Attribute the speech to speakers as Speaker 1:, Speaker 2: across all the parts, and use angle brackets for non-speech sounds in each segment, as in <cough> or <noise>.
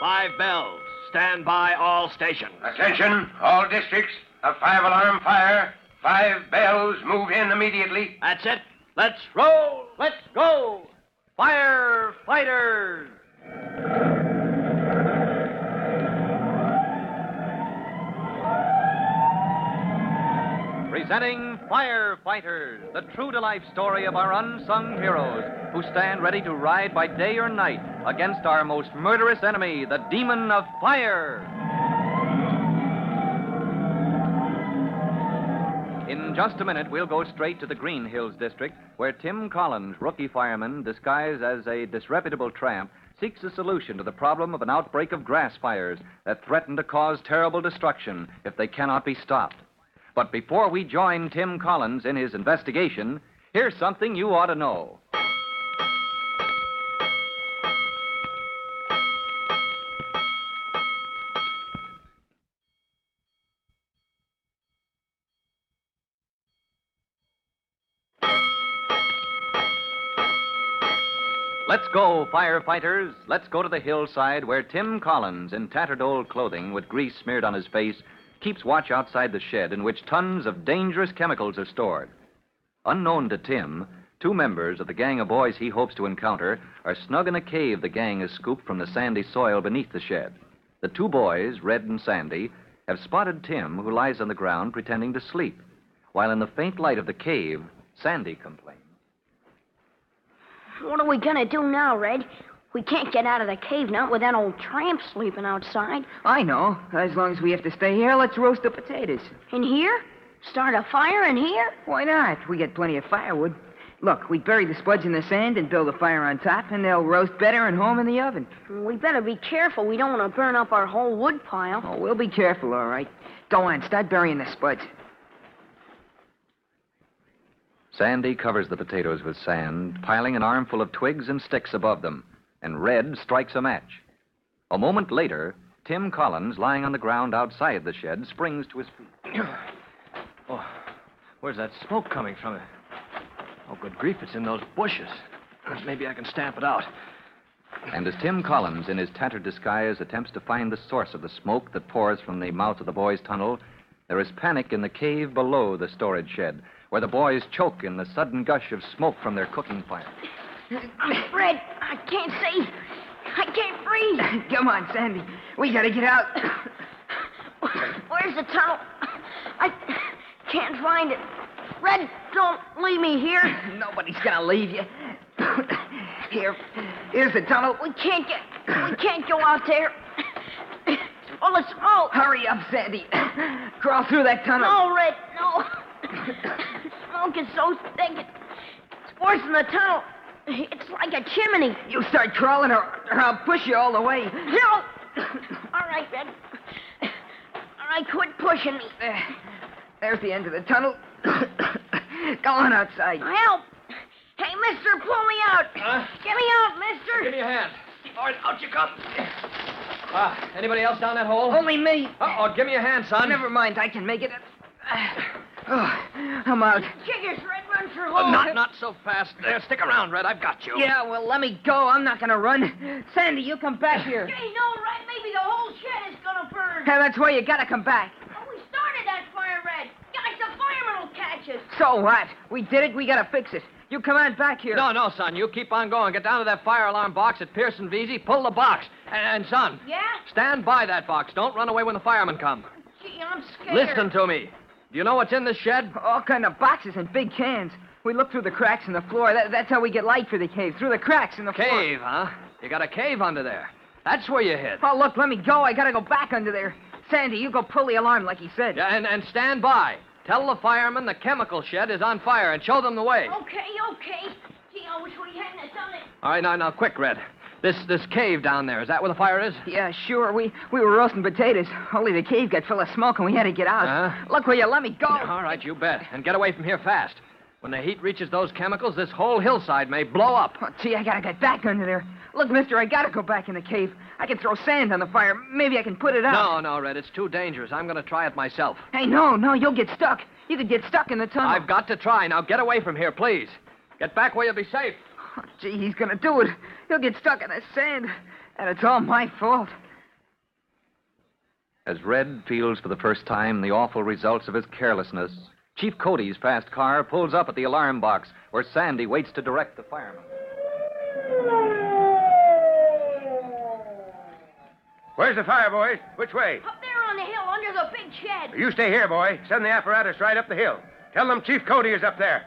Speaker 1: five bells. Stand by all stations.
Speaker 2: Attention, all districts. A five alarm fire. Five bells. Move in immediately.
Speaker 1: That's it. Let's roll. Let's go. Firefighters.
Speaker 3: Presenting Firefighters, the true to life story of our unsung heroes who stand ready to ride by day or night against our most murderous enemy, the demon of fire. In just a minute, we'll go straight to the Green Hills district where Tim Collins, rookie fireman disguised as a disreputable tramp, seeks a solution to the problem of an outbreak of grass fires that threaten to cause terrible destruction if they cannot be stopped. But before we join Tim Collins in his investigation, here's something you ought to know. Let's go, firefighters. Let's go to the hillside where Tim Collins, in tattered old clothing with grease smeared on his face, keeps watch outside the shed in which tons of dangerous chemicals are stored. Unknown to Tim, two members of the gang of boys he hopes to encounter are snug in a cave the gang has scooped from the sandy soil beneath the shed. The two boys, Red and Sandy, have spotted Tim, who lies on the ground pretending to sleep, while in the faint light of the cave, Sandy complains.
Speaker 4: What are we gonna do now, Red? We can't get out of the cave, not with that old tramp sleeping outside.
Speaker 5: I know. As long as we have to stay here, let's roast the potatoes.
Speaker 4: In here? Start a fire in here?
Speaker 5: Why not? We get plenty of firewood. Look, we bury the spuds in the sand and build a fire on top, and they'll roast better and home in the oven.
Speaker 4: We better be careful. We don't want to burn up our whole wood pile. <coughs>
Speaker 5: Oh, we'll be careful, all right. Go on, start burying the spuds. <laughs>
Speaker 3: Sandy covers the potatoes with sand, piling an armful of twigs and sticks above them, and Red strikes a match. A moment later, Tim Collins, lying on the ground outside the shed, springs to his feet.
Speaker 1: <clears throat> Oh, where's that smoke coming from? Oh, good grief, it's in those bushes. Maybe I can stamp it out.
Speaker 3: And as Tim Collins, in his tattered disguise, attempts to find the source of the smoke that pours from the mouth of the boys' tunnel, there is panic in the cave below the storage shed, where the boys choke in the sudden gush of smoke from their cooking fire.
Speaker 4: Red, I can't see. I can't breathe. <coughs>
Speaker 5: Come on, Sandy. We gotta get out. <coughs>
Speaker 4: Where's the tunnel? <coughs> I can't find it. Red, don't leave me here. <coughs>
Speaker 5: Nobody's gonna leave you. <coughs> here, here's the tunnel.
Speaker 4: We can't get. We can't go out there. <coughs> All the smoke.
Speaker 5: Hurry up, Sandy. <coughs> Crawl through that tunnel.
Speaker 4: No, Red, no. <coughs> smoke is so thick. It's worse than the tunnel. It's like a chimney.
Speaker 5: You start crawling, or, or I'll push you all the way.
Speaker 4: No. <coughs> All right, Red. All right, quit pushing me.
Speaker 5: There. There's the end of the tunnel. <coughs> Go on outside.
Speaker 4: Help! Hey, mister, pull me out. Get me out, mister.
Speaker 1: Give me your hand. All right, out you come. Ah, anybody else down that hole?
Speaker 5: Only me.
Speaker 1: Uh-oh, give me a hand, son.
Speaker 5: Oh, Never mind. I can make it. Oh, I'm out.
Speaker 4: Jiggers, Red, run for
Speaker 1: Uh,
Speaker 4: home.
Speaker 1: not, not so fast. There, stick around, Red. I've got you.
Speaker 5: Yeah, well, let me go. I'm not going to run. Sandy, you come back here.
Speaker 4: Hey, no, Red, maybe the whole shed is gonna burn.
Speaker 5: Hey, that's why you got to come back.
Speaker 4: Oh, we started that fire, Red. Guys, the fireman will catch us.
Speaker 5: So what? We did it. We got to fix it. You come on back here.
Speaker 1: No, no, son. You keep on going. Get down to that fire alarm box at Pearson Veasy. Pull the box. And, and, son,
Speaker 4: Yeah?
Speaker 1: stand by that box. Don't run away when the firemen come.
Speaker 4: Gee, I'm scared.
Speaker 1: Listen to me. Do you know what's in this shed?
Speaker 5: All kind of boxes and big cans. We look through the cracks in the floor. That, that's how we get light for the cave. Through the cracks in the floor.
Speaker 1: Cave, huh? You got a cave under there. That's where you hid.
Speaker 5: Oh, look, let me go. I got to go back under there. Sandy, you go pull the alarm like he said.
Speaker 1: Yeah, and, and stand by. Tell the firemen the chemical shed is on fire and show them the way.
Speaker 4: Okay, okay. Gee, I wish we hadn't have done it.
Speaker 1: All right, now, now, quick, Red. This this cave down there, is that where the fire is?
Speaker 5: Yeah, sure. We we were roasting potatoes. Only the cave got full of smoke and we had to get out.
Speaker 1: Huh?
Speaker 5: Look, will you let me go?
Speaker 1: All right, you bet. And get away from here fast. When the heat reaches those chemicals, this whole hillside may blow up.
Speaker 5: Oh, gee, I gotta get back under there. Look, mister, I gotta go back in the cave. I can throw sand on the fire. Maybe I can put it out.
Speaker 1: No, no, Red, it's too dangerous. I'm going to try it myself.
Speaker 5: Hey, no, no, you'll get stuck. You could get stuck in the tunnel.
Speaker 1: I've got to try. Now get away from here, please. Get back where you'll be safe.
Speaker 5: Oh, gee, he's gonna do it. He'll get stuck in the sand. And it's all my fault.
Speaker 3: As Red feels for the first time the awful results of his carelessness, Chief Cody's fast car pulls up at the alarm box where Sandy waits to direct the fireman.
Speaker 2: Where's the fire, boys? Which way?
Speaker 4: Up there on the hill under the big shed.
Speaker 2: You stay here, boy. Send the apparatus right up the hill. Tell them Chief Cody is up there.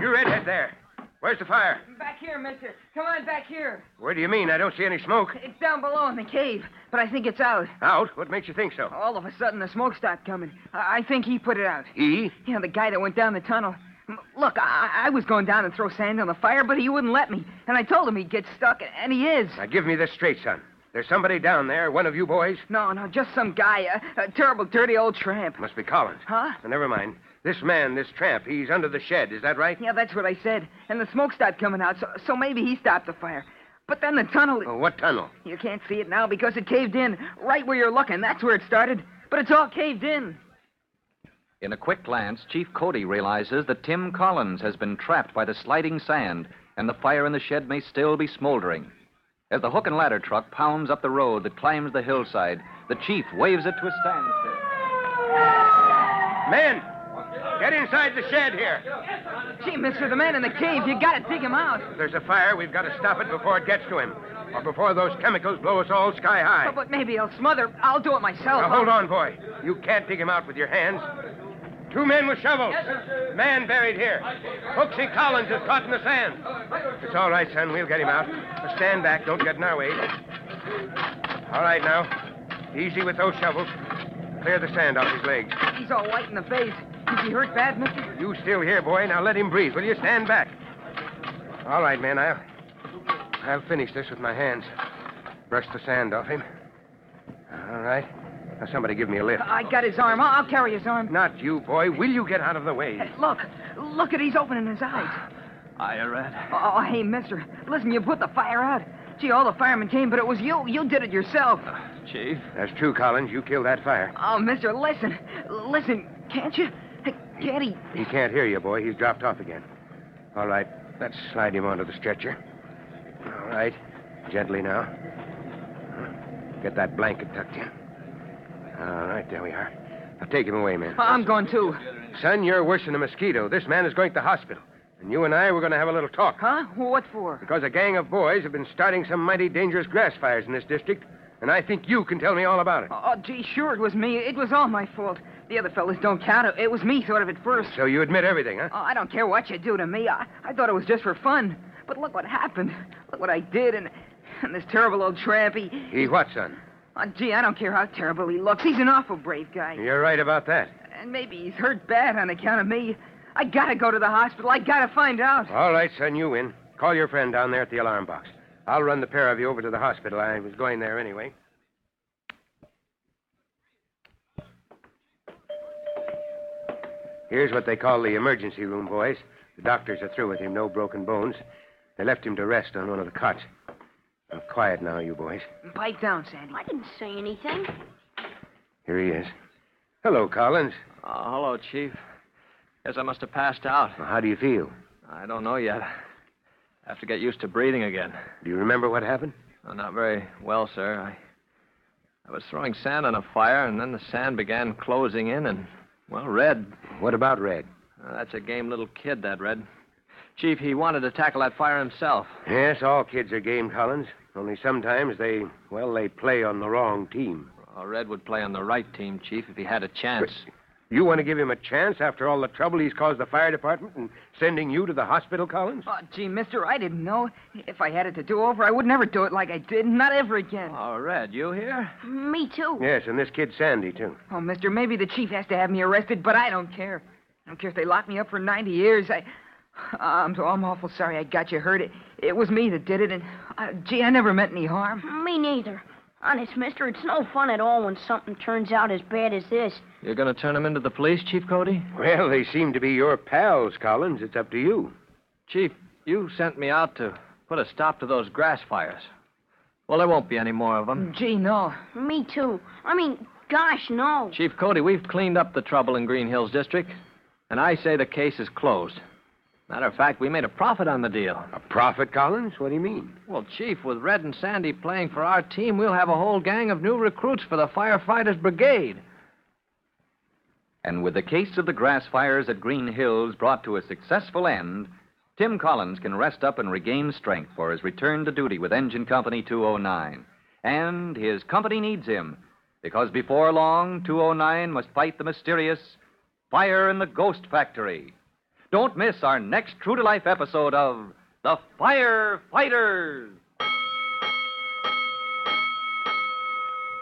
Speaker 2: You redhead there. Where's the fire?
Speaker 5: Back here, mister. Come on back here.
Speaker 2: Where do you mean? I don't see any smoke.
Speaker 5: It's down below in the cave, but I think it's out.
Speaker 2: Out? What makes you think so?
Speaker 5: All of a sudden, the smoke stopped coming. I, I think he put it out.
Speaker 2: He?
Speaker 5: You know, the guy that went down the tunnel. M- Look, I, I was going down to throw sand on the fire, but he wouldn't let me. And I told him he'd get stuck, and he is.
Speaker 2: Now give me this straight, son. There's somebody down there, one of you boys.
Speaker 5: No, no, just some guy, a, a terrible, dirty old tramp.
Speaker 2: Must be Collins.
Speaker 5: Huh?
Speaker 2: Now, never mind. This man, this tramp, he's under the shed. Is that right?
Speaker 5: Yeah, that's what I said. And the smoke stopped coming out, so, so maybe he stopped the fire. But then the tunnel,
Speaker 2: Oh, what tunnel?
Speaker 5: you can't see it now because it caved in right where you're looking. That's where it started. But it's all caved in.
Speaker 3: In a quick glance, Chief Cody realizes that Tim Collins has been trapped by the sliding sand, and the fire in the shed may still be smoldering. As the hook and ladder truck pounds up the road that climbs the hillside, the chief waves it to a standstill.
Speaker 2: Men! Get inside the shed here.
Speaker 5: Gee, mister, the man in the cave, you gotta dig him out.
Speaker 2: If there's a fire, we've got to stop it before it gets to him, or before those chemicals blow us all sky high.
Speaker 5: Oh, but maybe he'll smother. I'll do it myself.
Speaker 2: Now, hold on, boy. You can't dig him out with your hands. Two men with shovels. Man buried here. Hooksy Collins is caught in the sand. It's all right, son. We'll get him out. Now stand back. Don't get in our way. All right, now. Easy with those shovels. Clear the sand off his legs.
Speaker 5: He's all white in the face. Is he hurt bad, mister?
Speaker 2: You still here, boy. Now let him breathe, will you? Stand back. All right, man. I'll, I'll finish this with my hands. Brush the sand off him. All right. Now somebody give me a lift.
Speaker 5: I I got his arm. I'll, I'll carry his arm.
Speaker 2: Not you, boy. Will you get out of the way?
Speaker 5: Hey, look. Look at he's opening his eyes.
Speaker 1: Hiya, Red.
Speaker 5: Oh, hey, mister. Listen, you put the fire out. Gee, all the firemen came, but it was you. You did it yourself.
Speaker 1: Chief?
Speaker 2: That's true, Collins. You killed that fire.
Speaker 5: Oh, mister, listen. Listen, can't you? Hey, Can't he?
Speaker 2: He can't hear you, boy. He's dropped off again. All right. Let's slide him onto the stretcher. All right. Gently now. Get that blanket tucked in. All right, there we are. Now take him away,
Speaker 5: <laughs>
Speaker 2: man.
Speaker 5: Oh, I'm going too.
Speaker 2: Son, you're worse than a mosquito. This man is going to the hospital. And you and I, we're going to have a little talk.
Speaker 5: Huh? Well, What for?
Speaker 2: Because a gang of boys have been starting some mighty dangerous grass fires in this district. And I think you can tell me all about it.
Speaker 5: Oh, gee, sure, it was me. It was all my fault. The other fellas don't count. It- It was me, sort of, at first.
Speaker 2: So you admit everything, huh?
Speaker 5: Oh, I don't care what you do to me. I, I thought it was just for fun. But look what happened. Look what I did, and, and this terrible old tramp, he...
Speaker 2: He what, son?
Speaker 5: Oh, gee, I don't care how terrible he looks. He's an awful brave guy.
Speaker 2: You're right about that.
Speaker 5: And maybe he's hurt bad on account of me. I gotta go to the hospital. I gotta find out.
Speaker 2: All right, son, you win. Call your friend down there at the alarm box. I'll run the pair of you over to the hospital. I was going there anyway. Here's what they call the emergency room, boys. The doctors are through with him, no broken bones. They left him to rest on one of the cots. Now, quiet now, you boys.
Speaker 5: Pipe down, Sandy.
Speaker 4: I didn't say anything.
Speaker 2: Here he is. Hello, Collins.
Speaker 1: Uh, hello, Chief. Guess I must have passed out.
Speaker 2: Now, how do you feel?
Speaker 1: I don't know yet. I have to get used to breathing again.
Speaker 2: Do you remember what happened?
Speaker 1: Uh, not very well, sir. I, I was throwing sand on a fire, and then the sand began closing in, and, well, Red.
Speaker 2: What about Red?
Speaker 1: uh, that's a game little kid, that Red. Chief, he wanted to tackle that fire himself.
Speaker 2: Yes, all kids are game, Collins. Only sometimes they, well, they play on the wrong team.
Speaker 1: Uh, Red would play on the right team, Chief, if he had a chance.
Speaker 2: You want to give him a chance after all the trouble he's caused the fire department and sending you to the hospital, Collins?
Speaker 5: Oh, gee, mister, I didn't know. If I had it to do over, I would never do it like I did. Not ever again.
Speaker 1: Oh, Red, you here?
Speaker 4: Me too.
Speaker 2: Yes, and this kid Sandy, too.
Speaker 5: Oh, mister, maybe the chief has to have me arrested, but I don't care. I don't care if they lock me up for 90 years. I, oh, I'm, I'm awful sorry I got you hurt. It, it was me that did it, and, uh, gee, I never meant any harm.
Speaker 4: Me neither. Honest, mister, it's no fun at all when something turns out as bad as this.
Speaker 1: You're going to turn him into the police, Chief Cody?
Speaker 2: Well, they seem to be your pals, Collins. It's up to you.
Speaker 1: Chief, you sent me out to put a stop to those grass fires. Well, there won't be any more of them.
Speaker 5: Gee, no.
Speaker 4: Me too. I mean, Gosh, no.
Speaker 1: Chief Cody, we've cleaned up the trouble in Green Hills District, and I say the case is closed. Matter of fact, we made a profit on the deal.
Speaker 2: A prophet, Collins? What do you mean?
Speaker 1: Well, Chief, with Red and Sandy playing for our team, we'll have a whole gang of new recruits for the Firefighters Brigade.
Speaker 3: And with the case of the grass fires at Green Hills brought to a successful end, Tim Collins can rest up and regain strength for his return to duty with Engine Company 209. And his company needs him, because before long, 209 must fight the mysterious Fire in the Ghost Factory. Don't miss our next true to life episode of The Firefighters!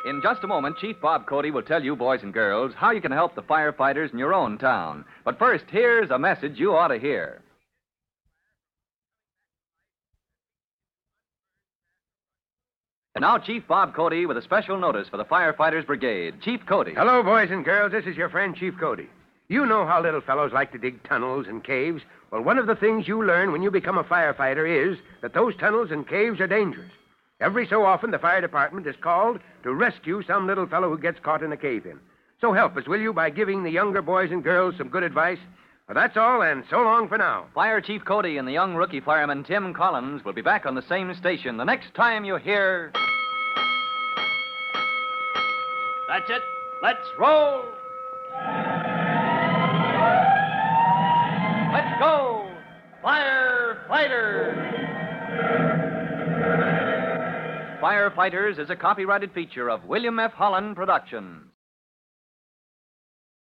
Speaker 3: In just a moment, Chief Bob Cody will tell you, boys and girls, how you can help the firefighters in your own town. But first, here's a message you ought to hear. And now, Chief Bob Cody with a special notice for the Firefighters Brigade. Chief Cody.
Speaker 2: Hello, boys and girls. This is your friend, Chief Cody. You know how little fellows like to dig tunnels and caves. Well, one of the things you learn when you become a firefighter is that those tunnels and caves are dangerous. Every so often, the fire department is called to rescue some little fellow who gets caught in a cave in. So help us, will you, by giving the younger boys and girls some good advice? Well, that's all, and so long for now.
Speaker 3: Fire Chief Cody and the young rookie fireman Tim Collins will be back on the same station the next time you hear. That's it. Let's roll. Let's go. Firefighters. Firefighters is a copyrighted feature of William F. Holland Productions.